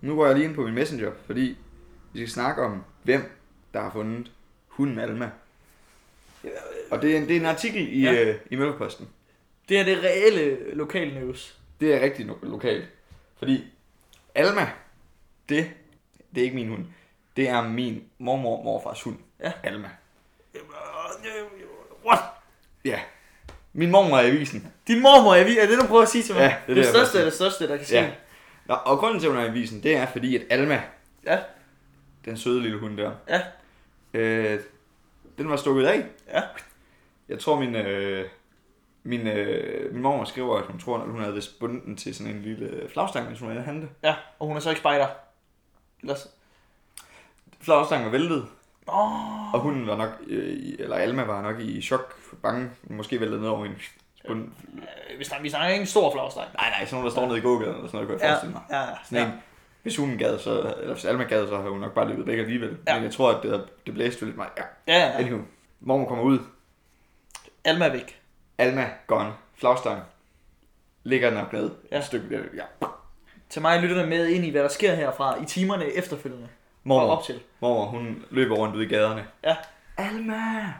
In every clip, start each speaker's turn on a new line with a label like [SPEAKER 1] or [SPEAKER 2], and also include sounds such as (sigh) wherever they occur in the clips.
[SPEAKER 1] Nu går jeg lige ind på min messenger, fordi vi skal snakke om, hvem der har fundet hunden Alma. Og det er en, det er en artikel i,
[SPEAKER 2] Ja.
[SPEAKER 1] ja. øh, i Møllerposten.
[SPEAKER 2] Det er det reelle lokal news.
[SPEAKER 1] Det er rigtig lo- lokalt. Fordi Alma, det, det er ikke min hund. Det er min mormor og morfars hund.
[SPEAKER 2] Ja.
[SPEAKER 1] Alma.
[SPEAKER 2] What?
[SPEAKER 1] Ja. Min mormor er i avisen.
[SPEAKER 2] Din mormor, er, vi- er det, du prøver at sige til mig?
[SPEAKER 1] Ja, det er
[SPEAKER 2] det,
[SPEAKER 1] det,
[SPEAKER 2] det
[SPEAKER 1] jeg
[SPEAKER 2] største
[SPEAKER 1] prøver
[SPEAKER 2] er det største, der kan ske.
[SPEAKER 1] Ja. Nå, og grunden til, at hun er i avisen, det er fordi, at Alma,
[SPEAKER 2] ja.
[SPEAKER 1] den søde lille hund der,
[SPEAKER 2] ja.
[SPEAKER 1] øh, den var stukket af.
[SPEAKER 2] Ja.
[SPEAKER 1] Jeg tror, min, øh, min, øh, min mormor skriver, at hun tror, at hun havde vist bundet den til sådan en lille flagstang, mens hun havde handlet.
[SPEAKER 2] Ja, og hun er så ikke spejder. Ellers...
[SPEAKER 1] Flagstangen var væltet,
[SPEAKER 2] Åh,
[SPEAKER 1] og hunden var nok, øh, i- eller Alma var nok i chok, bange, måske væltede ned over en bund.
[SPEAKER 2] øh, vi, snakker, vi snakker ikke en stor flagstang.
[SPEAKER 1] Nej, nej, sådan nogen, der står nede i gågaden, eller sådan noget, kunne jeg
[SPEAKER 2] Ja,
[SPEAKER 1] forestille mig.
[SPEAKER 2] ja,
[SPEAKER 1] Sådan
[SPEAKER 2] ja.
[SPEAKER 1] en, hvis hun gad, så, eller hvis Alma gad, så havde hun nok bare løbet væk alligevel.
[SPEAKER 2] Ja.
[SPEAKER 1] Men jeg tror, at det, det blæste lidt meget. Ja,
[SPEAKER 2] ja, ja.
[SPEAKER 1] anywho. Mormor kommer ud,
[SPEAKER 2] Alma er væk.
[SPEAKER 1] Alma gone, flagstang, ligger den op ned,
[SPEAKER 2] Ja.
[SPEAKER 1] ja. et stykke, ja.
[SPEAKER 2] Til mig lytter med ind i, hvad der sker herfra i timerne efterfølgende. Og
[SPEAKER 1] Mormor,
[SPEAKER 2] op til.
[SPEAKER 1] Mormor, hun løber rundt ude i gaderne.
[SPEAKER 2] Ja.
[SPEAKER 1] Alma!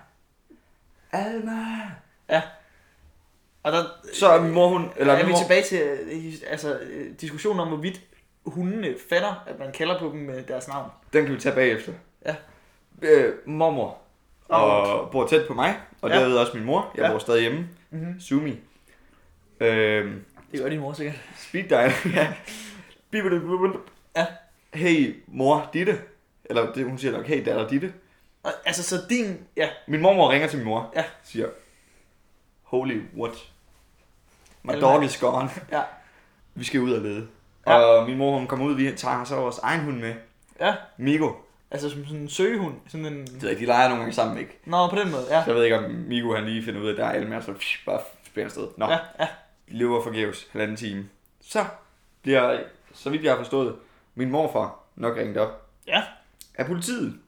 [SPEAKER 1] Alma!
[SPEAKER 2] Og der,
[SPEAKER 1] Så er min mor, hun... Eller
[SPEAKER 2] Øh, er
[SPEAKER 1] min
[SPEAKER 2] vi
[SPEAKER 1] mor,
[SPEAKER 2] tilbage til øh, his- altså, øh, diskussionen om, hvorvidt hundene fatter, at man kalder på dem med deres navn.
[SPEAKER 1] den kan vi tage bagefter.
[SPEAKER 2] Ja.
[SPEAKER 1] Øh, mormor og bor tæt på mig, og
[SPEAKER 2] Ja.
[SPEAKER 1] ja. derved også min mor. Jeg
[SPEAKER 2] Ja.
[SPEAKER 1] ja. bor stadig hjemme.
[SPEAKER 2] Mm-hmm.
[SPEAKER 1] Sumi. Øh,
[SPEAKER 2] Det gør din mor sikkert.
[SPEAKER 1] speed dial. (laughs) ja. Bibbidi-bibbidi.
[SPEAKER 2] Ja.
[SPEAKER 1] Hey, mor, Ditte. Eller det, hun siger nok, hey, datter, Ditte.
[SPEAKER 2] Og, altså, så din... Ja,
[SPEAKER 1] Min mormor ringer til min mor.
[SPEAKER 2] Ja.
[SPEAKER 1] Siger, holy what? My
[SPEAKER 2] Alma.
[SPEAKER 1] dog is gone.
[SPEAKER 2] Ja.
[SPEAKER 1] Vi skal ud og lede.
[SPEAKER 2] Ja.
[SPEAKER 1] Ja. Og min mor, hun kommer ud, vi tager så vores egen hund med.
[SPEAKER 2] ja.
[SPEAKER 1] Migo.
[SPEAKER 2] Altså, som sådan en søgehund. Sådan en...
[SPEAKER 1] Det ved jeg, de leger nogle gange sammen, ikke?
[SPEAKER 2] Nå, på den måde, ja.
[SPEAKER 1] Så jeg ved ikke, om Migo han lige finder ud af, at der er Almer, så psh, bare spænder sted. Nå,
[SPEAKER 2] Ja,
[SPEAKER 1] ja.
[SPEAKER 2] ja.
[SPEAKER 1] lever forgæves halvanden time. Så bliver, så vidt jeg har forstået, min morfar nok ringet op
[SPEAKER 2] Ja.
[SPEAKER 1] af politiet.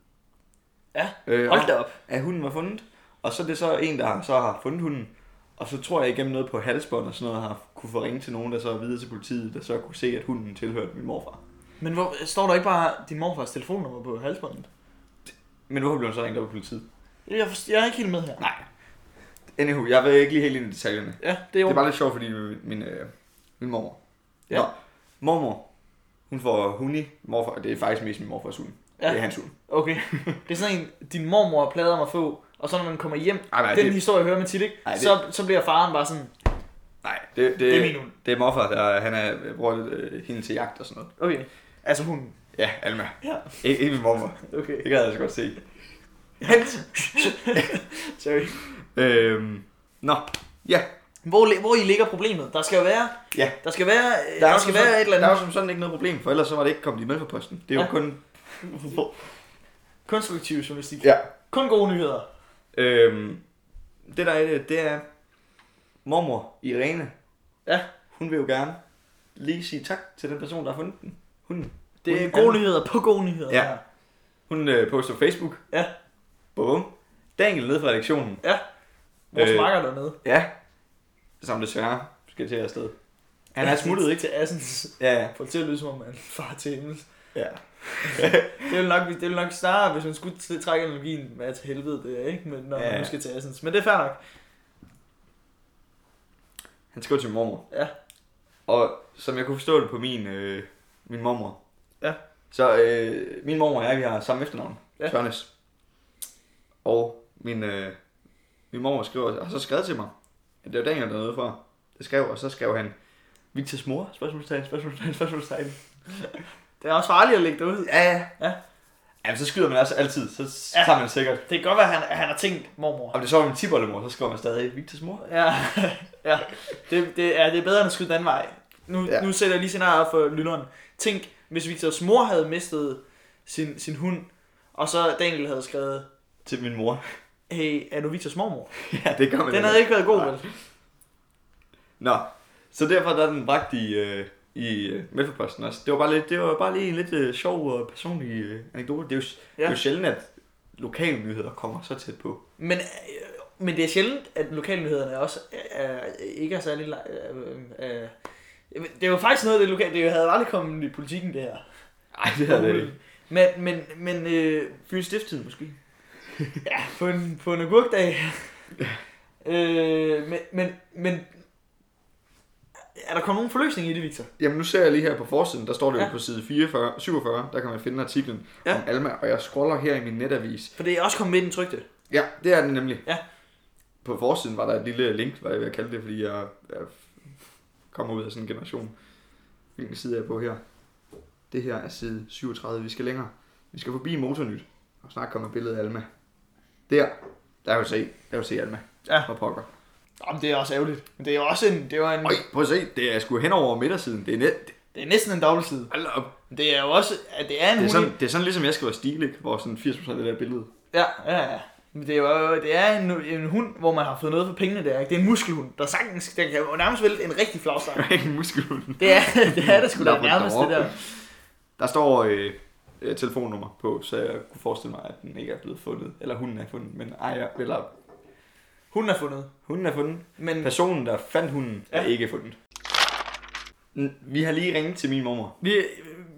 [SPEAKER 2] Ja,
[SPEAKER 1] øh,
[SPEAKER 2] Hold da op.
[SPEAKER 1] at hunden var fundet. Og så er det så en, der har- så har fundet hunden. Og så tror jeg igennem noget på halsbånd og sådan noget, har kunne få ringe til nogen, der så er videre til politiet, der så kunne se, at hunden tilhørte min morfar.
[SPEAKER 2] Men hvor, står der ikke bare din morfars telefonnummer på halsbåndet?
[SPEAKER 1] Men hvorfor blev han så ringet op af politiet?
[SPEAKER 2] Jeg, forst- jeg er ikke helt med her.
[SPEAKER 1] Nej. Anywho, jeg ved ikke lige helt ind i detaljerne.
[SPEAKER 2] Ja, det er
[SPEAKER 1] Det
[SPEAKER 2] jo.
[SPEAKER 1] er bare lidt sjovt, fordi min, min, øh, min mormor.
[SPEAKER 2] Ja.
[SPEAKER 1] Ja. Nå, mormor, hun får huni. Morfar, det er faktisk mest min morfars hund.
[SPEAKER 2] Ja.
[SPEAKER 1] Ja. Det er hans hund.
[SPEAKER 2] Okay. (laughs) Det er sådan en, din mormor plader mig at få, og så når man kommer hjem,
[SPEAKER 1] Ej, nej,
[SPEAKER 2] den
[SPEAKER 1] det-
[SPEAKER 2] historie hører man tit, ikke?
[SPEAKER 1] Nej, det-
[SPEAKER 2] så, så bliver faren bare sådan,
[SPEAKER 1] Nej, det, det,
[SPEAKER 2] det er min hund.
[SPEAKER 1] Det er morfar, der han er, jeg bruger lidt, øh, hende til jagt og sådan noget.
[SPEAKER 2] Okay. Altså hunden.
[SPEAKER 1] Ja, Alma.
[SPEAKER 2] Ja,
[SPEAKER 1] Ikke, ikke min mormor.
[SPEAKER 2] okay.
[SPEAKER 1] Det kan jeg altså godt se.
[SPEAKER 2] Sorry.
[SPEAKER 1] Øhm, nå, ja.
[SPEAKER 2] (laughs) Hvor, li- hvor I ligger problemet? Der skal jo være...
[SPEAKER 1] Ja.
[SPEAKER 2] Der skal være, der,
[SPEAKER 1] Der er,
[SPEAKER 2] der
[SPEAKER 1] jo
[SPEAKER 2] skal
[SPEAKER 1] som
[SPEAKER 2] være
[SPEAKER 1] sådan,
[SPEAKER 2] et eller
[SPEAKER 1] der er
[SPEAKER 2] andet
[SPEAKER 1] jo som sådan ikke noget problem, for ellers så var det ikke kommet i med på posten. Det er jo
[SPEAKER 2] Ja.
[SPEAKER 1] ja.
[SPEAKER 2] (laughs)
[SPEAKER 1] kun...
[SPEAKER 2] konstruktiv journalistik.
[SPEAKER 1] Ja.
[SPEAKER 2] Kun gode nyheder.
[SPEAKER 1] Øhm, det der er i det, det er mormor Irene.
[SPEAKER 2] Ja.
[SPEAKER 1] Hun vil jo gerne lige sige tak til den person, der har fundet den. Hun,
[SPEAKER 2] Det er
[SPEAKER 1] hun,
[SPEAKER 2] gode nyheder på gode nyheder.
[SPEAKER 1] Ja. Hun øh, poster på Facebook.
[SPEAKER 2] Ja.
[SPEAKER 1] Bum. Daniel nede fra redaktionen.
[SPEAKER 2] Ja. Vores øh,
[SPEAKER 1] Øh,
[SPEAKER 2] makker dernede.
[SPEAKER 1] Ja. Som desværre skal til afsted. Han (laughs) er smuttet, ikke?
[SPEAKER 2] Til Assens.
[SPEAKER 1] Ja, ja.
[SPEAKER 2] Får det til at lyde som om, han far til himmel.
[SPEAKER 1] ja.
[SPEAKER 2] Det vil nok, det vil nok snarere, hvis man skulle t- trække analogien, hvad til helvede det er, ikke? Men når ja.
[SPEAKER 1] Ja.
[SPEAKER 2] man nu skal til Assens. Men det er fair nok.
[SPEAKER 1] Han skrev til mormor.
[SPEAKER 2] Ja.
[SPEAKER 1] Og som jeg kunne forstå det på min, øh, min mormor.
[SPEAKER 2] Ja.
[SPEAKER 1] Så øh, min mormor og jeg, vi har samme efternavn.
[SPEAKER 2] Ja.
[SPEAKER 1] Ja. Tørnes. Og min, øh, min mormor skriver, har så skrevet til mig, at det var Daniel dernede fra. Det skrev, og så skrev han, Victor's mor? Spørgsmålstegn, spørgsmålstegn, spørgsmålstegn.
[SPEAKER 2] Det er også farligt at lægge det ud.
[SPEAKER 1] Ja, ja.
[SPEAKER 2] Ja.
[SPEAKER 1] Jamen, så skyder man altså altid, så
[SPEAKER 2] Ja.
[SPEAKER 1] ja. tager man det sikkert.
[SPEAKER 2] Det kan godt være, at han, at han har tænkt mormor.
[SPEAKER 1] Om det så var min tiboldemor, så skriver man stadig Victor's mor.
[SPEAKER 2] Ja, (laughs) ja. Det, det, er, det er bedre end at skyde den anden vej. Nu, ja.
[SPEAKER 1] Ja.
[SPEAKER 2] nu sætter jeg lige scenariet op for lytteren. Tænk, hvis Victors mor havde mistet sin, sin hund, og så Daniel havde skrevet,
[SPEAKER 1] Til min mor. (laughs)
[SPEAKER 2] hey, er du Victors mormor?
[SPEAKER 1] ja, det gør man
[SPEAKER 2] Den
[SPEAKER 1] ikke.
[SPEAKER 2] havde ikke været god,
[SPEAKER 1] Nej.
[SPEAKER 2] vel?
[SPEAKER 1] Nå, så derfor der er den bragt i, øh, i øh, Mælkeposten også. Det var bare, lidt, det var bare lige en lidt øh, sjov og personlig øh, anekdote. Det er, jo, ja. det er
[SPEAKER 2] Ja.
[SPEAKER 1] jo sjældent, at lokale nyheder kommer så tæt på.
[SPEAKER 2] Men, øh, men det er sjældent, at lokalnyhederne også er, er, ikke er særlig... la- Øh, øh, Jamen, Det var faktisk noget af det lokale. Det havde aldrig kommet i politikken, det her.
[SPEAKER 1] Nej, (laughs) det havde det ikke.
[SPEAKER 2] Men, men, men øh, Fyns
[SPEAKER 1] (laughs)
[SPEAKER 2] Stifttid måske. ja, på en, på en agurkdag. øh, men, men, men, er der kommet nogen forløsning i det, Victor?
[SPEAKER 1] Jamen nu ser jeg lige her på forsiden, der står det jo
[SPEAKER 2] Ja.
[SPEAKER 1] på side 44, 47, der kan man finde artiklen
[SPEAKER 2] Ja.
[SPEAKER 1] ja. om Alma, og jeg scroller her i min netavis.
[SPEAKER 2] For det er også kommet med i den trygte.
[SPEAKER 1] Ja, det er den nemlig.
[SPEAKER 2] Ja.
[SPEAKER 1] På forsiden var der et lille link, hvad jeg vil kalde det, fordi jeg, jeg kommer ud af sådan en generation. Hvilken side er jeg på her? Det her er side 37, vi skal længere. Vi skal forbi Motornyt, og snart kommer billedet af Alma. Der, der er jo se, der er jo se Alma.
[SPEAKER 2] Ja.
[SPEAKER 1] For pokker.
[SPEAKER 2] Jamen, det er også ærgerligt. Men det er jo også en, det var en,
[SPEAKER 1] Øj, prøv at se, det er sgu hen over midtersiden. Det er net,
[SPEAKER 2] det er næsten en dobbeltside.
[SPEAKER 1] hold da op.
[SPEAKER 2] Men Det er jo også, at det er en
[SPEAKER 1] Det er,
[SPEAKER 2] mulig...
[SPEAKER 1] sådan, det er sådan ligesom jeg skriver stil, ikke? Hvor sådan 80% af det der billede.
[SPEAKER 2] Ja, ja, ja. Men det er jo det er en, en hund, hvor man har fået noget for pengene der. Ikke? Det er en muskelhund, der sagtens, der kan jo nærmest vælte en rigtig flagstang.
[SPEAKER 1] Ikke en muskelhund.
[SPEAKER 2] Det er (laughs) det, er det sgu da
[SPEAKER 1] Labrador.
[SPEAKER 2] nærmest det der.
[SPEAKER 1] Der står øh, øh, telefonnummer på, så jeg kunne forestille mig, at den ikke er blevet fundet. Eller hunden er fundet, men ejer, eller
[SPEAKER 2] Hunden er fundet.
[SPEAKER 1] hunden er fundet.
[SPEAKER 2] Men
[SPEAKER 1] Personen, der fandt hunden, ja. er
[SPEAKER 2] Ja.
[SPEAKER 1] ikke fundet. N- Vi har lige ringet til min mormor.
[SPEAKER 2] vi,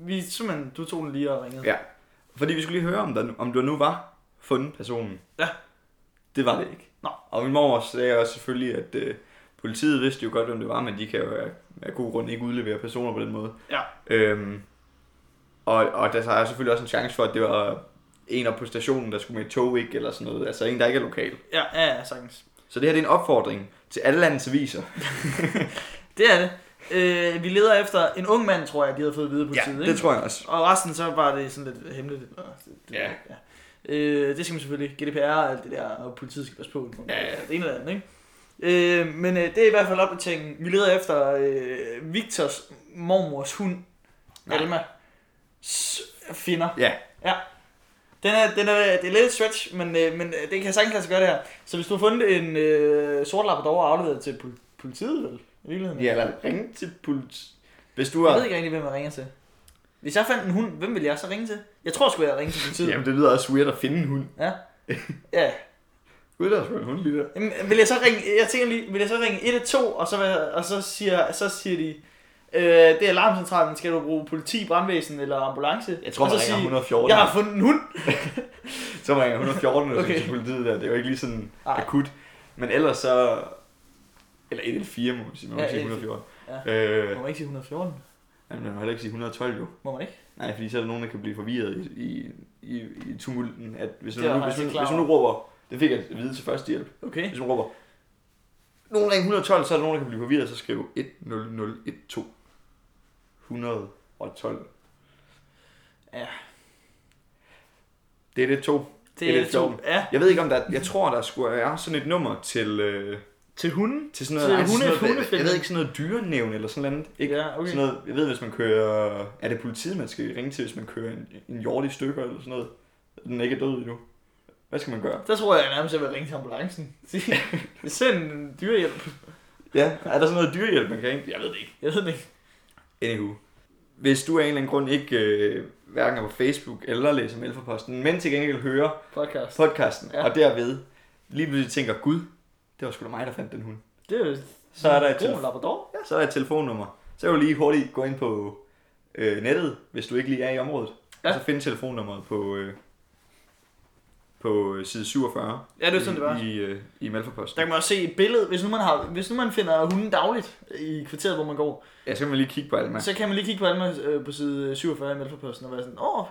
[SPEAKER 2] vi simpelthen, du tog den lige og ringede.
[SPEAKER 1] Ja. Fordi vi skulle lige høre, om der, om der nu var fundet personen.
[SPEAKER 2] Ja.
[SPEAKER 1] Det var det ikke.
[SPEAKER 2] Nå.
[SPEAKER 1] Og min mor sagde også selvfølgelig, at øh, politiet vidste jo godt, hvem det var, men de kan jo af, af god grund ikke udlevere personer på den måde.
[SPEAKER 2] Ja.
[SPEAKER 1] Øhm, og, og der så er selvfølgelig også en chance for, at det var en op på stationen, der skulle med et tog, ikke? Eller sådan noget. Altså en, der ikke er lokal.
[SPEAKER 2] Ja, ja, ja sagtens.
[SPEAKER 1] Så det her det er en opfordring til alle landets aviser.
[SPEAKER 2] Det er det. Øh, vi leder efter en ung mand, tror jeg, de havde fået at vide på tiden.
[SPEAKER 1] det tror jeg også.
[SPEAKER 2] Og resten så var det sådan lidt hemmeligt. eller det- det-
[SPEAKER 1] Ja.
[SPEAKER 2] ja. Øh, det skal man selvfølgelig. GDPR og alt det der, og politiet skal passe på.
[SPEAKER 1] Ja, ja.
[SPEAKER 2] Det ene eller andet, ikke? Øh, men øh, det er i hvert fald opdateringen. Vi leder efter øh, Victors mormors hund,
[SPEAKER 1] Nej.
[SPEAKER 2] Alma, s- finder.
[SPEAKER 1] Ja.
[SPEAKER 2] ja. Den er, den er, det er lidt et stretch, men, øh, men øh, det kan sagtens lade sig gøre det her. Så hvis du har fundet en øh, sort labrador og afleveret til pol- politiet, vel? I virkeligheden.
[SPEAKER 1] Ja, eller ringe til politiet. Hvis du
[SPEAKER 2] Jeg ved
[SPEAKER 1] har...
[SPEAKER 2] ikke rigtig, hvem jeg ringer til. Hvis jeg fandt en hund, hvem ville jeg så ringe til? Jeg tror sgu, jeg ringer til politiet.
[SPEAKER 1] Jamen, det lyder også weird at finde en hund.
[SPEAKER 2] Ja. ja.
[SPEAKER 1] Gud, der er sgu en hund lige der.
[SPEAKER 2] Jamen, vil jeg så ringe, jeg tænker lige, vil jeg så ringe 112, og så, vil jeg- og så, siger, så siger de, øh, det er alarmcentralen, skal du bruge politi, brandvæsen eller ambulance?
[SPEAKER 1] Jeg tror,
[SPEAKER 2] og
[SPEAKER 1] man
[SPEAKER 2] så
[SPEAKER 1] ringer
[SPEAKER 2] sige,
[SPEAKER 1] 114.
[SPEAKER 2] jeg har fundet en hund.
[SPEAKER 1] Så var jeg 114 eller
[SPEAKER 2] Okay. Ah.
[SPEAKER 1] okay. politiet der. Det er jo ikke lige sådan
[SPEAKER 2] Ej.
[SPEAKER 1] Ej. akut. Men ellers så... Eller 114 må man sige. Man må
[SPEAKER 2] Ja,
[SPEAKER 1] ja, sige 114.
[SPEAKER 2] 114.
[SPEAKER 1] Ja. Øh,
[SPEAKER 2] Må man ikke sige 114?
[SPEAKER 1] men man må heller ikke sige 112 jo.
[SPEAKER 2] Må man ikke?
[SPEAKER 1] Nej, fordi så er der nogen, der kan blive forvirret i, i, i, i tumulten. At hvis,
[SPEAKER 2] Det
[SPEAKER 1] man
[SPEAKER 2] er
[SPEAKER 1] nu, hvis, man,
[SPEAKER 2] jeg faktisk ikke
[SPEAKER 1] hvis
[SPEAKER 2] klar
[SPEAKER 1] man nu råber... Det fik jeg at vide til førstehjælp.
[SPEAKER 2] Okay.
[SPEAKER 1] Hvis man råber... Nogen ringer 112, så er der nogen, der kan blive forvirret. Så skriv 10012. 112.
[SPEAKER 2] Ja.
[SPEAKER 1] Det er det to.
[SPEAKER 2] Det er 112.
[SPEAKER 1] 112.
[SPEAKER 2] Ja.
[SPEAKER 1] Jeg ved ikke om der, jeg tror der skulle være sådan et nummer til øh,
[SPEAKER 2] Til hunden?
[SPEAKER 1] til sådan noget,
[SPEAKER 2] Til
[SPEAKER 1] ej,
[SPEAKER 2] hunde-
[SPEAKER 1] sådan noget jeg,
[SPEAKER 2] hundefælden.
[SPEAKER 1] jeg ved ikke sådan noget dyrenævn eller sådan noget. Ikke?
[SPEAKER 2] Ja, okay.
[SPEAKER 1] Sådan noget, jeg ved hvis man kører, er det politiet man skal ringe til hvis man kører en, en hjort i stykker eller sådan noget. Den er ikke død endnu. Hvad skal man gøre?
[SPEAKER 2] Der tror jeg nærmest, jeg vil ringe til ambulancen. (laughs) Sige, Send en dyrehjælp.
[SPEAKER 1] Ja, er der sådan noget dyrehjælp man kan ringe? Jeg ved det ikke.
[SPEAKER 2] Jeg ved det ikke.
[SPEAKER 1] Anywho. Hvis du af en eller anden grund ikke øh, hverken er på Facebook eller læser Mailforposten, men til gengæld hører
[SPEAKER 2] Podcast.
[SPEAKER 1] podcasten,
[SPEAKER 2] Ja.
[SPEAKER 1] ja. og derved lige pludselig tænker, gud, det var sgu da mig, der fandt den hund.
[SPEAKER 2] Det er jo
[SPEAKER 1] Så er der et
[SPEAKER 2] god labrador.
[SPEAKER 1] Ja, så er der et telefonnummer. Så kan du lige hurtigt gå ind på øh, nettet, hvis du ikke lige er i området.
[SPEAKER 2] Ja.
[SPEAKER 1] Ja. Og så finde telefonnummeret på, øh, på øh, side 47
[SPEAKER 2] Ja, det er sådan, det var.
[SPEAKER 1] i, i, øh, i
[SPEAKER 2] Der
[SPEAKER 1] Malforposten.
[SPEAKER 2] kan man også se et billede, hvis nu man, har, hvis nu man finder hunden dagligt i kvarteret, hvor man går,
[SPEAKER 1] Ja, så kan man lige kigge på Alma.
[SPEAKER 2] så kan man lige kigge på Alma øh, på side 47 i Mælkeposten og være sådan, åh,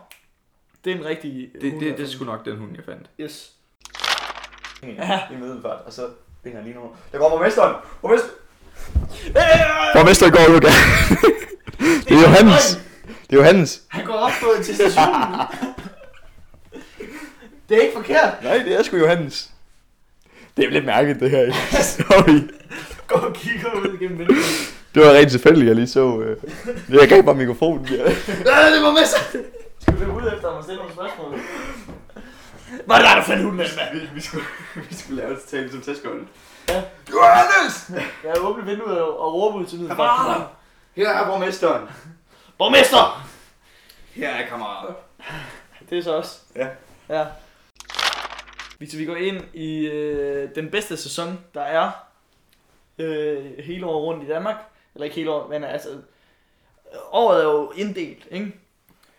[SPEAKER 2] det er en rigtig
[SPEAKER 1] Det, det, det er sgu nok den hund, jeg fandt.
[SPEAKER 2] Yes.
[SPEAKER 1] Ja. I middelfart, og så ringer jeg lige nu. Der går borgmesteren! Borgmester...
[SPEAKER 3] Borgmester går jo gerne. Det er Johannes. Det er Johannes.
[SPEAKER 2] Han går op på til stationen. (laughs) det er ikke forkert.
[SPEAKER 3] Nej, det er sgu Johannes. Det er lidt mærkeligt, det her. Sorry.
[SPEAKER 2] Går og kigger ud gennem vinduet.
[SPEAKER 3] Det var rent tilfældigt, jeg lige så. Øh. Jeg gav bare mikrofonen. Ja.
[SPEAKER 2] Nej, det var Mester! Skal vi ud efter ham og stille nogle spørgsmål? Var det dig, der fandt hunden, Alma?
[SPEAKER 1] Vi, vi, skulle, (laughs) vi skulle lave et tale som testgulvet.
[SPEAKER 2] Ja.
[SPEAKER 1] Johannes!
[SPEAKER 2] Jeg åbner vinduet og, og råber ud til lyden.
[SPEAKER 1] Kammerater! Her er borgmesteren!
[SPEAKER 2] Borgmester!
[SPEAKER 1] Her er kammerater!
[SPEAKER 2] Det er så også.
[SPEAKER 1] Ja.
[SPEAKER 2] Ja. Victor, vi går ind i øh, den bedste sæson, der er øh, hele året rundt i Danmark. Eller ikke hele året, men altså... Året er jo inddelt, ikke?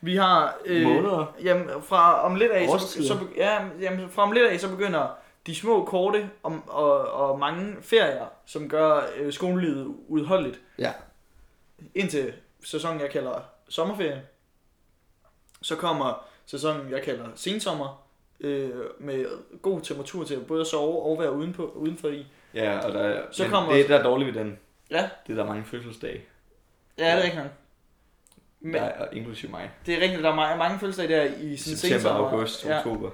[SPEAKER 2] Vi har... øh,
[SPEAKER 3] Måneder?
[SPEAKER 2] Jamen, fra om lidt af, så,
[SPEAKER 3] Årstider?
[SPEAKER 2] så, be- ja, jamen, fra om lidt af, så begynder de små, korte og, og, og mange ferier, som gør øh, skolelivet udholdeligt.
[SPEAKER 1] Ja.
[SPEAKER 2] Indtil sæsonen, jeg kalder sommerferie. Så kommer sæsonen, jeg kalder sensommer. Øh, med god temperatur til både at sove og være udenpå, udenfor i.
[SPEAKER 1] Ja, og der,
[SPEAKER 2] Så
[SPEAKER 1] men
[SPEAKER 2] kommer
[SPEAKER 1] det, der er dårligt ved den,
[SPEAKER 2] Ja.
[SPEAKER 1] det er, der er mange fødselsdage,
[SPEAKER 2] Ja, det er rigtigt. nok. Men
[SPEAKER 1] der, er- og inklusive mig.
[SPEAKER 2] det er rigtigt, der er mange, mange fødselsdage der i sådan
[SPEAKER 1] September,
[SPEAKER 2] sensommer.
[SPEAKER 1] august,
[SPEAKER 2] ja.
[SPEAKER 1] oktober.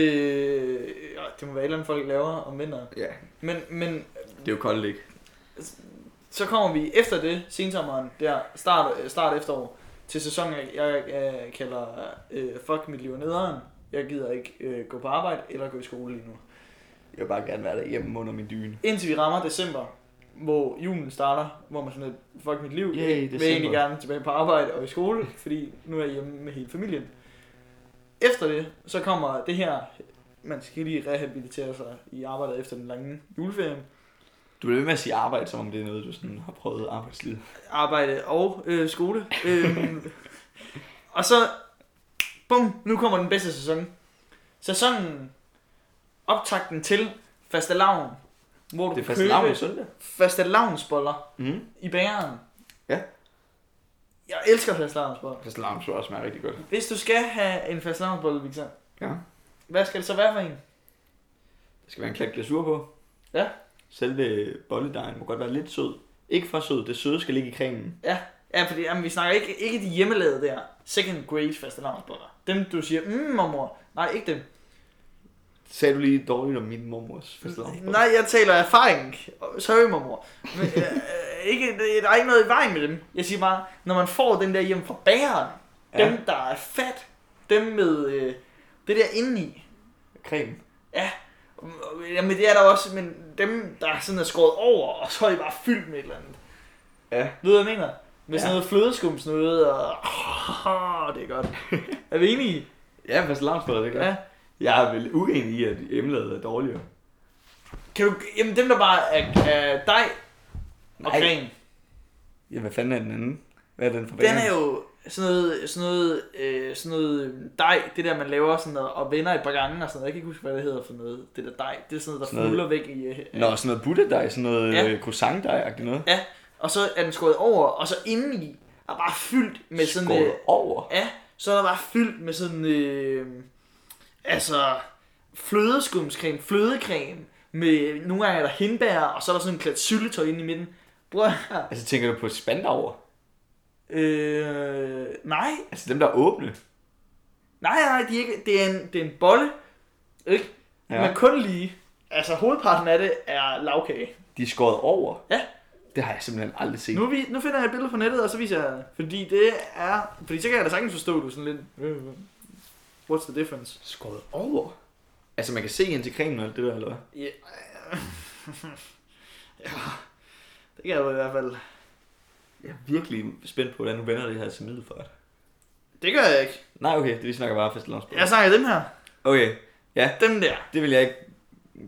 [SPEAKER 2] Øh, ja, det må være et eller andet, folk laver om vinteren.
[SPEAKER 1] Ja,
[SPEAKER 2] Men, men
[SPEAKER 1] det er jo koldt, ikke?
[SPEAKER 2] så kommer vi efter det, sensommeren, der start, øh, start efterår, til sæsonen, jeg, jeg, jeg kalder øh, fuck mit liv er nederen. Jeg gider ikke øh, gå på arbejde eller gå i skole lige nu.
[SPEAKER 1] Jeg vil bare gerne være derhjemme under min dyne.
[SPEAKER 2] Indtil vi rammer december, hvor julen starter, hvor man sådan lidt, fuck mit liv,
[SPEAKER 1] Yay,
[SPEAKER 2] jeg vil
[SPEAKER 1] december.
[SPEAKER 2] egentlig gerne tilbage på arbejde og i skole, fordi nu er jeg hjemme med hele familien. Efter det, så kommer det her, man skal lige rehabilitere sig i arbejdet efter den lange juleferie,
[SPEAKER 1] Du bliver ved med at sige arbejde, som om det er noget, du sådan har prøvet arbejdslivet.
[SPEAKER 2] arbejde og øh, skole. Øhm, (laughs) og så, bum, nu kommer den bedste sæson. Sæsonen, optakten til fastelavn, hvor du
[SPEAKER 1] Det er
[SPEAKER 2] det
[SPEAKER 1] fast lavn
[SPEAKER 2] købe
[SPEAKER 1] på søndag.
[SPEAKER 2] fastelavnsboller
[SPEAKER 1] Mm.
[SPEAKER 2] i bageren.
[SPEAKER 1] Ja.
[SPEAKER 2] Jeg elsker fastelavnsboller.
[SPEAKER 1] Fast lavn tror jeg også smager rigtig godt.
[SPEAKER 2] Hvis du skal have en fastelavnsbolle, Victor,
[SPEAKER 1] Ja.
[SPEAKER 2] hvad skal det så være for en?
[SPEAKER 1] Der skal være en klat glasur på.
[SPEAKER 2] Ja.
[SPEAKER 1] Selve bolledejen må godt være lidt sød. Ikke for sød, det søde skal ligge i cremen.
[SPEAKER 2] Ja, fordi jamen, vi snakker ikke, ikke de hjemmelavede der. Second grade fastelavnsboller. Dem, du siger, mm, mormor. Nej, ikke dem.
[SPEAKER 1] Sagde du lige dårligt om min mormors fastelavn?
[SPEAKER 2] Nej, jeg taler af erfaring. Sorry, mormor. Men, øh, ikke, det- der er ikke noget i vejen med dem. Jeg siger bare, når man får den der hjem fra bageren, ja.
[SPEAKER 1] Ja.
[SPEAKER 2] dem der er fat, dem med øh, det der indeni,
[SPEAKER 1] Creme.
[SPEAKER 2] jamen det er der også, men dem der sådan er skåret over, og så er de bare fyldt med et eller andet.
[SPEAKER 1] Ja.
[SPEAKER 2] Ved du, hvad jeg mener? Med sådan
[SPEAKER 1] Ja.
[SPEAKER 2] noget flødeskums noget, og oh, det er
[SPEAKER 1] (laughs)
[SPEAKER 2] godt. er vi enige?
[SPEAKER 1] Ja, fastelavnsboller, det er godt.
[SPEAKER 2] Ja.
[SPEAKER 1] Jeg er vel uenig i, at emlaget er dårligere.
[SPEAKER 2] Kan du, jamen dem der bare er, er dej og
[SPEAKER 1] Nej.
[SPEAKER 2] creme.
[SPEAKER 1] Ja, hvad fanden er den anden? Hvad er den for
[SPEAKER 2] Den er jo sådan noget, sådan noget, øh, sådan noget øh, dej, det der man laver sådan noget, og vender et par gange og sådan noget. Jeg kan ikke huske, hvad det hedder for noget. Det der dej, det er sådan noget, der
[SPEAKER 1] Sådan noget-
[SPEAKER 2] fugler væk i... Øh, øh.
[SPEAKER 1] Nå, sådan noget buttedej, sådan noget
[SPEAKER 2] Ja.
[SPEAKER 1] ja. croissantdej-agtigt noget.
[SPEAKER 2] Og så er den skåret over, og så indeni er bare fyldt med sådan...
[SPEAKER 1] Skåret
[SPEAKER 2] Øh,
[SPEAKER 1] over.
[SPEAKER 2] ja, så er der bare fyldt med sådan... Øh, altså, flødeskumscreme, flødecreme, med nogle gange er der hindbær, og så er der sådan en klat syltetøj inde i midten. Bror,
[SPEAKER 1] Altså, tænker du på spandauer?
[SPEAKER 2] øh, nej,
[SPEAKER 1] Altså, dem der er åbne?
[SPEAKER 2] Nej, nej, de er ikke. Det er en, det er en bolle, ikke?
[SPEAKER 1] Ja.
[SPEAKER 2] Ja. Men kun lige. Altså, hovedparten af det er lavkage.
[SPEAKER 1] De er skåret over?
[SPEAKER 2] Ja.
[SPEAKER 1] Det har jeg simpelthen aldrig set.
[SPEAKER 2] Nu, er vi, nu finder jeg et billede på nettet, og så viser jeg det. Fordi det er... Fordi så kan jeg da sagtens forstå, du er sådan lidt... øh, øh, What's the difference?
[SPEAKER 1] Skåret over? Altså, man kan se ind til cremen og alt det der, eller hvad?
[SPEAKER 2] Yeah. (laughs) ja, det kan jeg jo i hvert fald.
[SPEAKER 1] Jeg er virkelig spændt på, hvordan du vender det her til middelfart.
[SPEAKER 2] Det gør jeg ikke.
[SPEAKER 1] Nej, okay, det vi snakker bare fastelavnsbrød.
[SPEAKER 2] Jeg snakker dem her.
[SPEAKER 1] Okay,
[SPEAKER 2] Dem der.
[SPEAKER 1] det vil jeg ikke...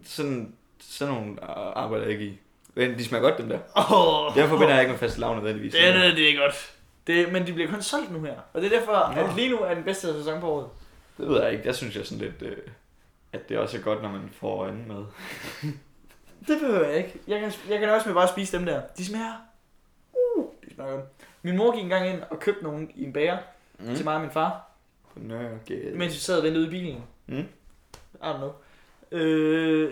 [SPEAKER 1] Sådan, sådan nogle arbejder jeg ikke i. Men de smager godt, dem der.
[SPEAKER 2] Oh,
[SPEAKER 1] Derfor binder jeg ikke med fastelavn nødvendigvis.
[SPEAKER 2] Det, det, det er godt. Det, men de bliver kun solgt nu her. Og det er derfor,
[SPEAKER 1] Nå.
[SPEAKER 2] at lige nu er den bedste sæson på året.
[SPEAKER 1] Det ved jeg ikke. Der synes jeg sådan lidt, øh, at det også er godt, når man får anden mad.
[SPEAKER 2] Det behøver jeg ikke. Jeg kan, jeg kan også med bare spise dem der. De smager... Uh, de smager godt. Min mor gik engang ind og købte nogen i en bager mm. til mig og min far,
[SPEAKER 1] Nørregade.
[SPEAKER 2] mens vi sad og ventede ude i bilen.
[SPEAKER 1] Øh. Mm.
[SPEAKER 2] I don't know. Øh, øh,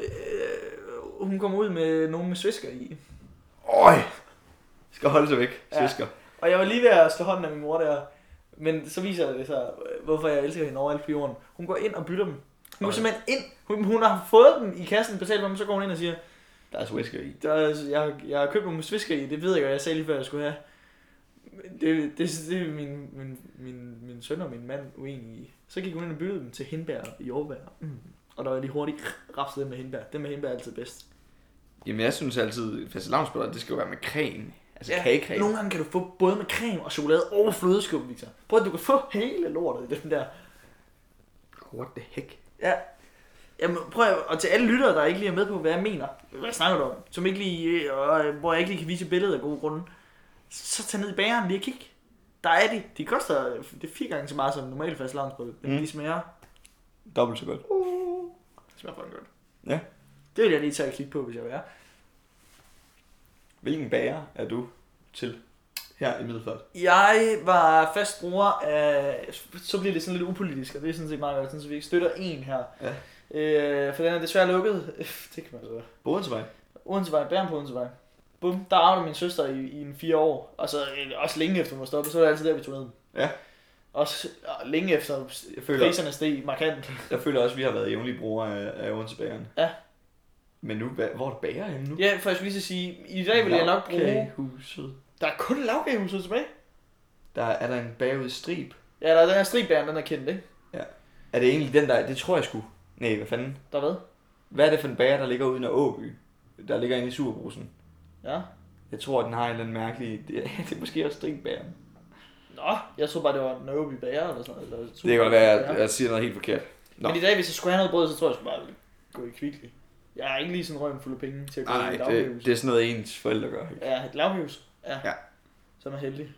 [SPEAKER 2] hun kom ud med nogen med svisker i.
[SPEAKER 1] Øj! Skal holde sig væk,
[SPEAKER 2] Ja.
[SPEAKER 1] svisker.
[SPEAKER 2] Og jeg var lige ved at slå hånden af min mor der. Men så viser det sig, øh, hvorfor jeg elsker hende overalt på jorden. Hun går ind og bytter dem. Hun går
[SPEAKER 1] Okay.
[SPEAKER 2] simpelthen ind. Hun, hun har fået dem i kassen, betalt for dem, så går hun ind og siger,
[SPEAKER 1] Der er svisker i.
[SPEAKER 2] Der, er- jeg, har- jeg har købt nogle svisker i, det ved jeg godt, jeg sagde lige før, jeg skulle have. Men Det, det, det er min, min, min, min søn og min mand uenige i. Så gik hun ind og byttede dem til hindbær i jordbær. Mm. Og der var lige hurtigt rapset dem med hindbær. Det med hindbær er altid bedst.
[SPEAKER 1] Jamen, jeg synes altid, fastelavnsboller, det skal jo være med creme. Altså ja, kagecreme.
[SPEAKER 2] Nogle gange kan du få både med creme og chokolade og flødeskum, Victor. Prøv at du kan få hele lortet i den der.
[SPEAKER 1] What the heck?
[SPEAKER 2] Ja. Jamen, prøv at, og til alle lyttere, der ikke lige er med på, hvad jeg mener, hvad snakker du om, som ikke lige, øh, og, øh, hvor jeg ikke lige kan vise billedet af gode grunde, så tag ned i bageren lige og kig. Der er de. De koster øh, det er fire gange så meget som normalt fast lavnsbrød, men
[SPEAKER 1] Mm.
[SPEAKER 2] mm. de smager,
[SPEAKER 1] Dobbelt så godt.
[SPEAKER 2] de smager fucking godt.
[SPEAKER 1] Ja.
[SPEAKER 2] Det vil jeg lige tage og kigge på, hvis jeg var jer.
[SPEAKER 1] Hvilken bager er du til her i Middelfart?
[SPEAKER 2] Jeg var fast bruger af... Så bliver det sådan lidt upolitisk, og det er sådan set meget godt, sådan, så vi ikke støtter en her.
[SPEAKER 1] Ja.
[SPEAKER 2] Øh, for den er desværre lukket. Øh, Det kan man så
[SPEAKER 1] Bodensvej.
[SPEAKER 2] Odensevej, Bæren på Odensevej. Bum, der arvede min søster i, i en fire år, og så øh, også længe efter hun var stoppet, så var det altid der, vi tog ned.
[SPEAKER 1] Ja.
[SPEAKER 2] Også og længe efter s-
[SPEAKER 1] Jeg føler-
[SPEAKER 2] priserne steg
[SPEAKER 3] (laughs)
[SPEAKER 2] markant.
[SPEAKER 1] Jeg føler også, at vi har været jævnlige brugere af, af Odensebageren.
[SPEAKER 2] Ja. Men
[SPEAKER 1] Men nu, hvor er det bager henne nu?
[SPEAKER 2] Ja, for jeg skulle lige så sige, i dag vil jeg nok bruge...
[SPEAKER 1] huset.
[SPEAKER 2] Der er kun lavkagehuset tilbage.
[SPEAKER 1] Der er, er der en bager ude i strib.
[SPEAKER 2] Ja, der er den her stribbæren, den er kendt, ikke?
[SPEAKER 1] Er det egentlig den der, det tror jeg sgu. Nej, hvad fanden?
[SPEAKER 2] Der er hvad?
[SPEAKER 1] Hvad er det for en bager, der ligger ude i Åby? Der ligger inde i Superbrusen.
[SPEAKER 2] Ja.
[SPEAKER 1] Jeg tror, at den har en eller anden mærkelig... (laughs) Det, det er måske også stribbageren.
[SPEAKER 2] Nå, jeg troede bare, det var Nairobi Bager eller sådan noget. Eller
[SPEAKER 3] Det kan godt være,
[SPEAKER 2] Ja.
[SPEAKER 3] at jeg siger noget helt forkert. Nå.
[SPEAKER 2] Men i dag, hvis jeg skulle have noget brød, så tror jeg, jeg skulle bare gå i kvickly. Jeg har ikke lige sådan røven fuld af penge til at gå
[SPEAKER 3] Nej,
[SPEAKER 2] i et
[SPEAKER 3] det,
[SPEAKER 2] lavkagehuset.
[SPEAKER 3] det er sådan noget, ens forældre gør.
[SPEAKER 2] Ja, et lavhus. Ja.
[SPEAKER 3] Ja.
[SPEAKER 2] Så er man heldig.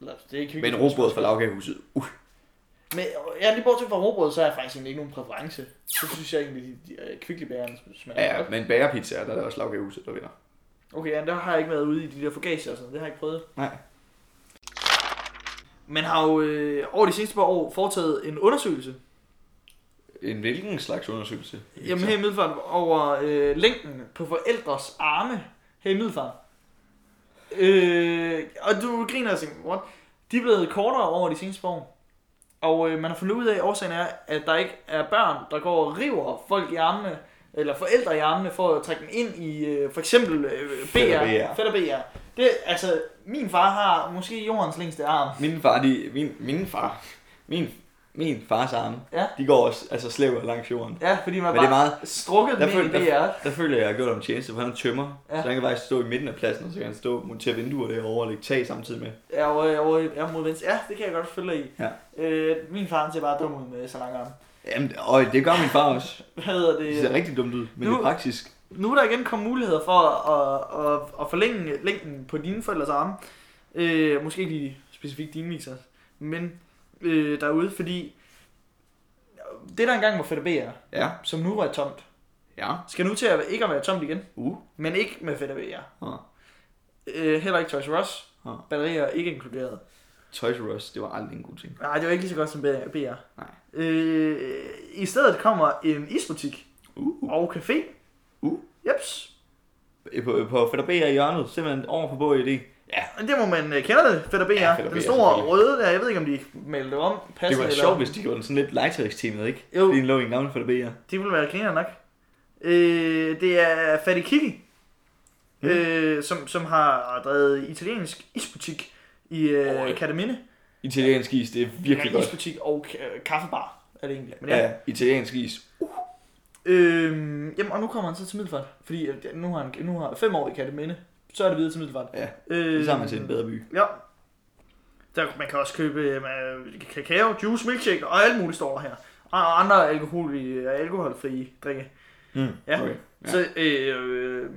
[SPEAKER 2] Eller, det er ikke
[SPEAKER 3] Men
[SPEAKER 2] hyggeligt.
[SPEAKER 3] robrød fra lavkagehuset. Uh,
[SPEAKER 2] Men ja, lige bortset fra råbrød, så har jeg faktisk egentlig ikke nogen præference. Så synes jeg egentlig, de, de, de kviklebærerne smager
[SPEAKER 3] ja,
[SPEAKER 2] godt.
[SPEAKER 3] men bagerpizzaer, der er der også lavkagehuset, der vinder.
[SPEAKER 2] Okay, ja, der har jeg ikke været ude i de der forgager og sådan noget. Det har jeg ikke prøvet.
[SPEAKER 1] Nej.
[SPEAKER 2] Man har jo øh, over de seneste par år foretaget en undersøgelse.
[SPEAKER 1] En hvilken slags undersøgelse?
[SPEAKER 2] Jamen her i Middelfart over øh, længden på forældres arme her i Middelfart. Øh, og du griner og tænker, what? De er blevet kortere over de seneste par år. Og øh, man har fundet ud af, at årsagen er, at der ikke er børn, der går og river folk i armene, eller forældre i armene, for at trække dem ind i øh, for eksempel øh,
[SPEAKER 1] Fætter
[SPEAKER 2] BR.
[SPEAKER 1] BR.
[SPEAKER 2] Fætter BR. Det, altså, min far har måske jordens længste arm.
[SPEAKER 1] Min far, de, min, min far, min, min fars arme,
[SPEAKER 2] Ja.
[SPEAKER 1] de går også altså, slæver langs jorden.
[SPEAKER 2] Ja, fordi man
[SPEAKER 1] Men det er
[SPEAKER 2] bare
[SPEAKER 1] meget,
[SPEAKER 2] strukket
[SPEAKER 1] Der
[SPEAKER 2] dem ind i
[SPEAKER 1] følte-
[SPEAKER 2] BR.
[SPEAKER 1] der føler jeg, at jeg har gjort ham en tjeneste, for han er tømmer.
[SPEAKER 2] Ja.
[SPEAKER 1] Ja. Så han kan faktisk stå i midten af pladsen, og så kan han stå og montere vinduer derovre og lægge tag samtidig med.
[SPEAKER 2] Ja, over, over, ja, mod venstre. Ja, det kan jeg godt følge dig i.
[SPEAKER 1] Ja.
[SPEAKER 2] Øh, min far han ser bare dum ud med så lange arme.
[SPEAKER 1] Jamen, og det gør min far også.
[SPEAKER 2] Hvad hedder
[SPEAKER 1] Det ser
[SPEAKER 2] det?
[SPEAKER 1] rigtig dumt ud, men
[SPEAKER 2] Nu-
[SPEAKER 1] det er praktisk.
[SPEAKER 2] Nu er der igen kommet muligheder for at, at, at, at forlænge længden på dine forældres arme. Øh, måske ikke lige specifikt dine mixer, men øh, derude, fordi det der engang var Fætter BR,
[SPEAKER 1] Ja.
[SPEAKER 2] som nu var tomt,
[SPEAKER 1] Ja.
[SPEAKER 2] skal nu til at ikke at være tomt igen,
[SPEAKER 1] Uh.
[SPEAKER 2] men ikke med Fætter BR.
[SPEAKER 1] Ah.
[SPEAKER 2] Øh, heller ikke Toys R Us.
[SPEAKER 1] Ah.
[SPEAKER 2] Batterier ikke inkluderet.
[SPEAKER 1] Toys R Us, det var aldrig en god ting.
[SPEAKER 2] Nej, det var ikke lige så godt som BR.
[SPEAKER 1] Nej.
[SPEAKER 2] Øh, I stedet kommer en isbutik
[SPEAKER 1] Uh.
[SPEAKER 2] og café.
[SPEAKER 1] Uh.
[SPEAKER 2] Jeps.
[SPEAKER 1] På, på Fætter B i hjørnet, simpelthen over E på både idé.
[SPEAKER 2] Men det må man øh, kender det, Fætter BR.
[SPEAKER 1] Ja, Fætter
[SPEAKER 2] den
[SPEAKER 1] BR,
[SPEAKER 2] store
[SPEAKER 1] selvfølgelig.
[SPEAKER 2] røde der, jeg ved ikke om de malte det om.
[SPEAKER 1] Det
[SPEAKER 2] passende
[SPEAKER 1] var
[SPEAKER 2] eller-
[SPEAKER 1] sjovt, hvis de gjorde den sådan lidt legetøjsteamet, ikke?
[SPEAKER 2] Jo.
[SPEAKER 1] Fordi den lå i en gammel Fætter B
[SPEAKER 2] Det ville være griner nok. Øh, det er Fatty Kiki,
[SPEAKER 1] Mm.
[SPEAKER 2] øh, som, som har drevet italiensk isbutik i øh,
[SPEAKER 1] Oj.
[SPEAKER 2] Kataminde.
[SPEAKER 1] Italiensk is, det er virkelig
[SPEAKER 2] ja,
[SPEAKER 1] godt.
[SPEAKER 2] isbutik og øh, kaffebar er det egentlig. Men
[SPEAKER 1] Ja, italiensk is.
[SPEAKER 2] Øhm, jamen, og nu kommer han så til Middelfart, fordi at nu har han nu har fem år i Katteminde, så er det videre til Middelfart.
[SPEAKER 1] Ja,
[SPEAKER 2] øh,
[SPEAKER 1] Det tager man til en bedre by.
[SPEAKER 2] Ja. Der, man kan også købe øh, man- kakao, juice, milkshake og alt muligt står der her. Og andre alkohol, alkoholfrie drikke.
[SPEAKER 1] Mm.
[SPEAKER 2] Ja.
[SPEAKER 1] Okay.
[SPEAKER 2] Ja. Så, øh, øh,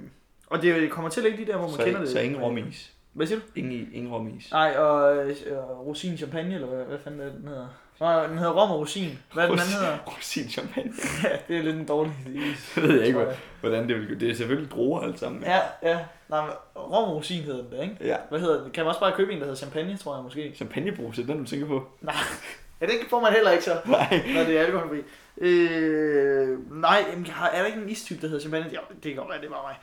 [SPEAKER 2] og det kommer til at ligge de der, hvor man
[SPEAKER 1] Så,
[SPEAKER 2] kender det.
[SPEAKER 1] så ingen romis.
[SPEAKER 2] Hvad siger du?
[SPEAKER 1] Ingen, ingen romis.
[SPEAKER 2] Nej, og øh, øh, rosin champagne, eller hvad, hvad fanden er det, den hedder? Nej, den hedder rom og rosin. Hvad er den anden
[SPEAKER 1] Rosin.
[SPEAKER 2] hedder? (laughs)
[SPEAKER 1] Rosin champagne.
[SPEAKER 2] ja, det er lidt en dårlig is.
[SPEAKER 1] (laughs) Det ved jeg ikke,
[SPEAKER 2] tror jeg.
[SPEAKER 1] hvordan det vil gå. Det er selvfølgelig droger alt sammen. men-
[SPEAKER 2] Ja, ja. Nej, men rom og rosin hedder den der, ikke?
[SPEAKER 1] ja.
[SPEAKER 2] Hvad hedder den? Kan man også bare købe en, der hedder champagne, tror jeg måske?
[SPEAKER 1] Champagnebrus, er det den, du tænker på?
[SPEAKER 2] Ja, den får man heller ikke (laughs) så,
[SPEAKER 1] Nej.
[SPEAKER 2] når det er alkoholfri. Øh, nej, jamen, har, er der ikke en istype, der hedder champagne? Ja, det kan godt være, det er bare mig.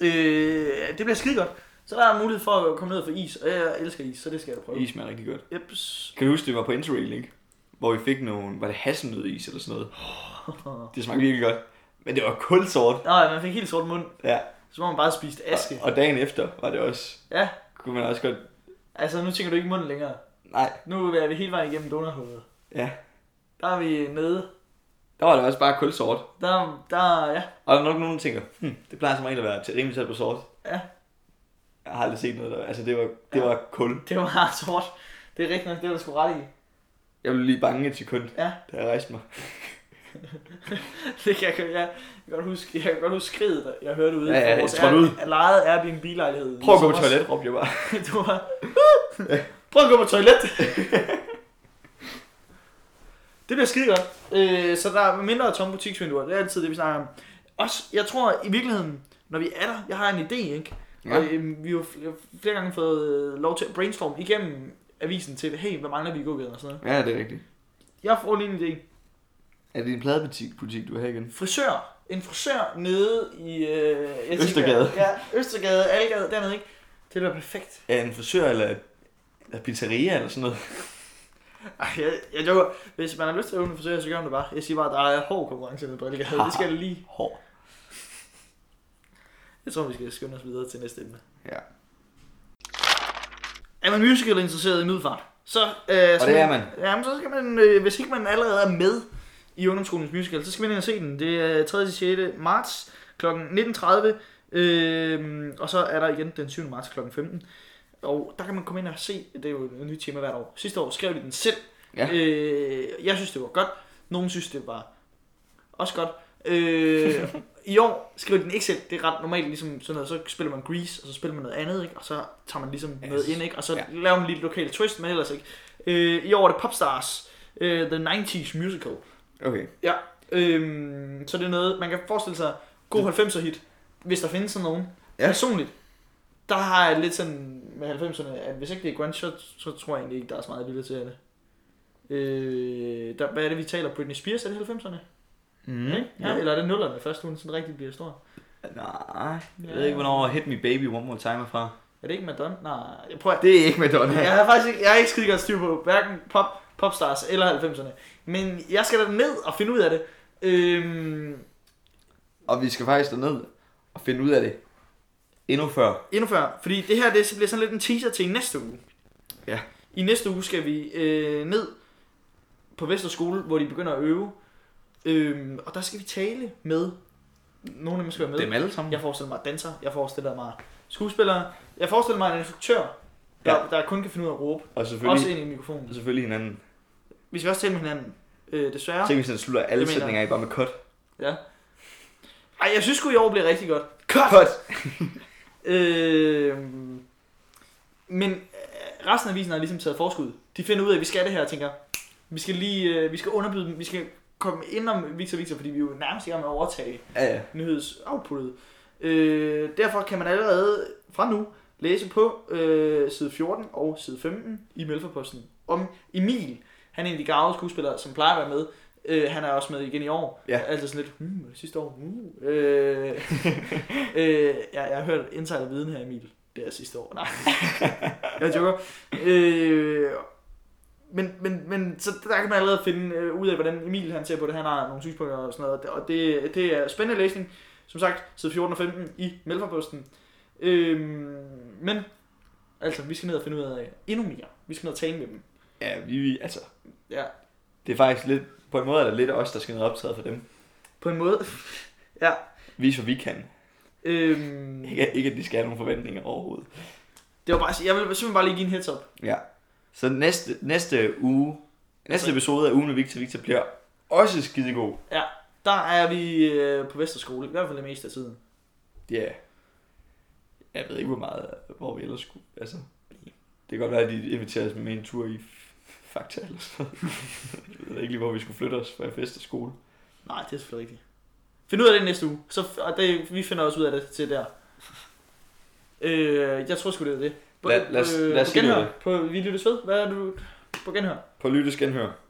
[SPEAKER 2] Øh, det bliver skide godt. Så der er mulighed for at komme ned og få is, og jeg elsker is, så det skal jeg da prøve.
[SPEAKER 1] Is smager rigtig godt.
[SPEAKER 2] Jeps.
[SPEAKER 1] Kan du huske, det var på Interrail, ikke? Hvor vi fik nogle, var det hasselnødis eller sådan noget? Det smagte virkelig godt. Men det var kulsort.
[SPEAKER 2] Nej, man fik helt sort mund,
[SPEAKER 1] Ja.
[SPEAKER 2] så må man bare spise aske.
[SPEAKER 1] Og, og, dagen efter var det også,
[SPEAKER 2] Ja,
[SPEAKER 1] kunne man også godt,
[SPEAKER 2] altså nu tænker du ikke munden længere.
[SPEAKER 1] nej,
[SPEAKER 2] Nu er vi hele vejen igennem donorhovedet.
[SPEAKER 1] ja.
[SPEAKER 2] Der er vi nede.
[SPEAKER 1] Der var det også bare kulsort.
[SPEAKER 2] Der, der, ja,
[SPEAKER 1] Og der er nok nogen, der tænker, hm, det plejer som regel at være til rimelig tæt på sort.
[SPEAKER 2] Ja.
[SPEAKER 1] Jeg har aldrig set noget der. Altså, det var, det
[SPEAKER 2] Ja.
[SPEAKER 1] var kul.
[SPEAKER 2] det var sort. Det er rigtigt nok, det er du sgu ret i.
[SPEAKER 1] Jeg blev lige bange et sekund,
[SPEAKER 2] Ja.
[SPEAKER 1] da jeg rejste mig.
[SPEAKER 2] (laughs) det kan jeg, jeg, jeg kan godt huske, jeg kan godt huske skridet, der- jeg hørte ude
[SPEAKER 1] Ja, ja,
[SPEAKER 2] fra vores
[SPEAKER 1] jeg trådte ud.
[SPEAKER 2] Air- lejede Airbnb-lejlighed.
[SPEAKER 1] Prøv at gå på
[SPEAKER 2] Som også- (laughs)
[SPEAKER 1] toilet, råbte jeg bare.
[SPEAKER 2] du var... Prøv at gå på toilet. (laughs) det bliver skide godt. Øh, så der er mindre tomme butiksvinduer. Det er altid det, vi snakker om. Også, jeg tror i virkeligheden, når vi er der, jeg har en idé, ikke? Ja. Og, øh, vi har jo fl- flere gange fået øh, lov til at brainstorme igennem avisen til, hey, hvad mangler vi i gågaden og sådan noget.
[SPEAKER 1] Ja, det er rigtigt.
[SPEAKER 2] Jeg får lige en idé.
[SPEAKER 1] Er det en pladebutik, butik, du vil have igen?
[SPEAKER 2] frisør. En frisør nede i... Øh, jeg tænker-
[SPEAKER 1] Østergade.
[SPEAKER 2] Ja, Østergade, Algade, dernede, ikke? Det er da perfekt.
[SPEAKER 1] Ja, en frisør eller eller pizzeria eller sådan noget.
[SPEAKER 2] Ej, jeg, jeg joker. Hvis man har lyst til at åbne en frisør, så gør man det bare. Jeg siger bare, at der er hård konkurrence med Brillegade. Det skal det lige.
[SPEAKER 1] Hår.
[SPEAKER 2] Jeg tror, vi skal skynde os videre til næste emne.
[SPEAKER 1] Ja.
[SPEAKER 2] Er man musical interesseret i middelfart? Så, øh,
[SPEAKER 1] Og
[SPEAKER 2] skal
[SPEAKER 1] det er man.
[SPEAKER 2] Ja, men så skal man, øh, hvis ikke man allerede er med i ungdomsskolens musical, så skal man ind og se den. Det er 3. til 6. marts kl. 19.30, øh, og så er der igen den 7. marts kl. 15. Og der kan man komme ind og se, det er jo et nyt tema hvert år. Sidste år skrev vi den selv.
[SPEAKER 1] Ja.
[SPEAKER 2] Øh, jeg synes, det var godt. Nogen synes, det var også godt. Øh, I år skriver den ikke selv. Det er ret normalt, ligesom sådan noget. Så spiller man Grease, og så spiller man noget andet, ikke? Og så tager man ligesom
[SPEAKER 1] Ja,
[SPEAKER 2] noget
[SPEAKER 1] så-
[SPEAKER 2] ind, ikke? Og så
[SPEAKER 1] ja.
[SPEAKER 2] laver man lige et lokalt twist, men ellers ikke. Øh, I år er det Popstars, øh, The 90's Musical.
[SPEAKER 1] Okay.
[SPEAKER 2] Øh, så det er noget, man kan forestille sig god 90'er hit, hvis der findes sådan nogen.
[SPEAKER 1] Ja.
[SPEAKER 2] Ja. Personligt, der har jeg lidt sådan med 90'erne, at hvis ikke det er grunge, så, så tror jeg egentlig ikke, der er så meget at lytte til af det. Øh, der, hvad er det, vi taler? Britney Spears, er det 90'erne?
[SPEAKER 1] Mm.
[SPEAKER 2] Mm, ja. Eller er det nullerne, først hun sådan rigtig bliver stor?
[SPEAKER 1] Nej, jeg ved ikke, hvornår Hit Me Baby One More Time er fra.
[SPEAKER 2] Er det ikke Madonna? Nej, jeg prøver...
[SPEAKER 1] Det er ikke Madonna.
[SPEAKER 2] Jeg har faktisk ikke, jeg har ikke skide godt styr på hverken pop, popstars eller 90'erne. Men jeg skal da ned og finde ud af det. Øhm,
[SPEAKER 1] Og vi skal faktisk derned og finde ud af det endnu før.
[SPEAKER 2] endnu før, fordi det her det bliver sådan lidt en teaser til i næste uge.
[SPEAKER 1] Ja.
[SPEAKER 2] I næste uge skal vi øh, ned på Vester Skole, hvor de begynder at øve. Øhm, og der skal vi tale med nogle af dem skal være med.
[SPEAKER 1] Dem alle sammen.
[SPEAKER 2] Jeg forestiller mig danser, jeg forestiller mig skuespillere, jeg forestiller mig en instruktør, der, der kun kan finde ud af at råbe,
[SPEAKER 1] Og
[SPEAKER 2] også
[SPEAKER 1] selvfølgelig,
[SPEAKER 2] ind i mikrofonen.
[SPEAKER 1] selvfølgelig hinanden.
[SPEAKER 2] Vi skal også tale med hinanden, øh, desværre.
[SPEAKER 1] Tænk, hvis han slutter alle
[SPEAKER 2] Det mener
[SPEAKER 1] sætninger af bare med cut.
[SPEAKER 2] Ja. Ej, jeg synes sgu i år bliver rigtig godt.
[SPEAKER 1] Cut!
[SPEAKER 2] Øh, men øh, resten af avisen har ligesom taget forskud. De finder ud af, at vi skal det her og tænker, vi skal lige, øh, vi skal underbyde dem, vi skal komme ind om Victor Victor, fordi vi er jo nærmest i gang med at overtage
[SPEAKER 1] Ja, ja.
[SPEAKER 2] nyhedsoutputtet. Øh, derfor kan man allerede fra nu læse på øh, side 14 og side 15 i Mælferposten om Emil. Han er en af de gavede skuespillere, som plejer at være med. Øh, han er også med igen i år.
[SPEAKER 1] Ja.
[SPEAKER 2] Altså sådan lidt, hmm, var det sidste år? Uh. Øh,
[SPEAKER 1] (laughs)
[SPEAKER 2] øh, jeg, jeg har hørt insider viden her, Emil. Det er sidste år. Nej, (laughs) jeg joker. Øh, men, men, men så der kan man allerede finde øh, ud af, hvordan Emil han ser på det. Han har nogle synspunkter og sådan noget. Og det, det er spændende læsning. Som sagt, side 14 og 15 i Melforposten. Øhm, men, altså, vi skal ned og finde ud af endnu mere. Vi skal ned og tale med dem.
[SPEAKER 1] Ja, vi, vi, altså,
[SPEAKER 2] Ja,
[SPEAKER 1] det er faktisk lidt, på en måde er det lidt os, der skal ned og optræde for dem.
[SPEAKER 2] på en måde. ja.
[SPEAKER 1] Vis, hvad vi kan.
[SPEAKER 2] Øhm,
[SPEAKER 1] Ikke, ikke at de skal have nogle forventninger overhovedet.
[SPEAKER 2] det var bare, jeg vil simpelthen bare lige give en heads up.
[SPEAKER 1] Ja. Så næste, næste uge, næste episode af ugen med Victor Victor bliver også skidegod.
[SPEAKER 2] Der er vi øh, på Vesterskole, i hvert fald det meste af tiden.
[SPEAKER 1] Ja. Jeg ved ikke, hvor meget, hvor vi ellers skulle, altså. Det kan godt være, at de inviterer os med en tur i F- Fakta eller sådan noget. (laughs) Jeg ved ikke lige, hvor vi skulle flytte os fra fest og skole.
[SPEAKER 2] Nej, det er selvfølgelig rigtigt. Find ud af det næste uge, så, og det, vi finder også ud af det til der. Øh, jeg tror sgu, det er det.
[SPEAKER 1] Lad- lad os-
[SPEAKER 2] øh,
[SPEAKER 1] lad os
[SPEAKER 2] på
[SPEAKER 1] sige det.
[SPEAKER 2] genhør. På, vi lyttes ved. Hvad er du på genhør?
[SPEAKER 1] På lyttes genhør.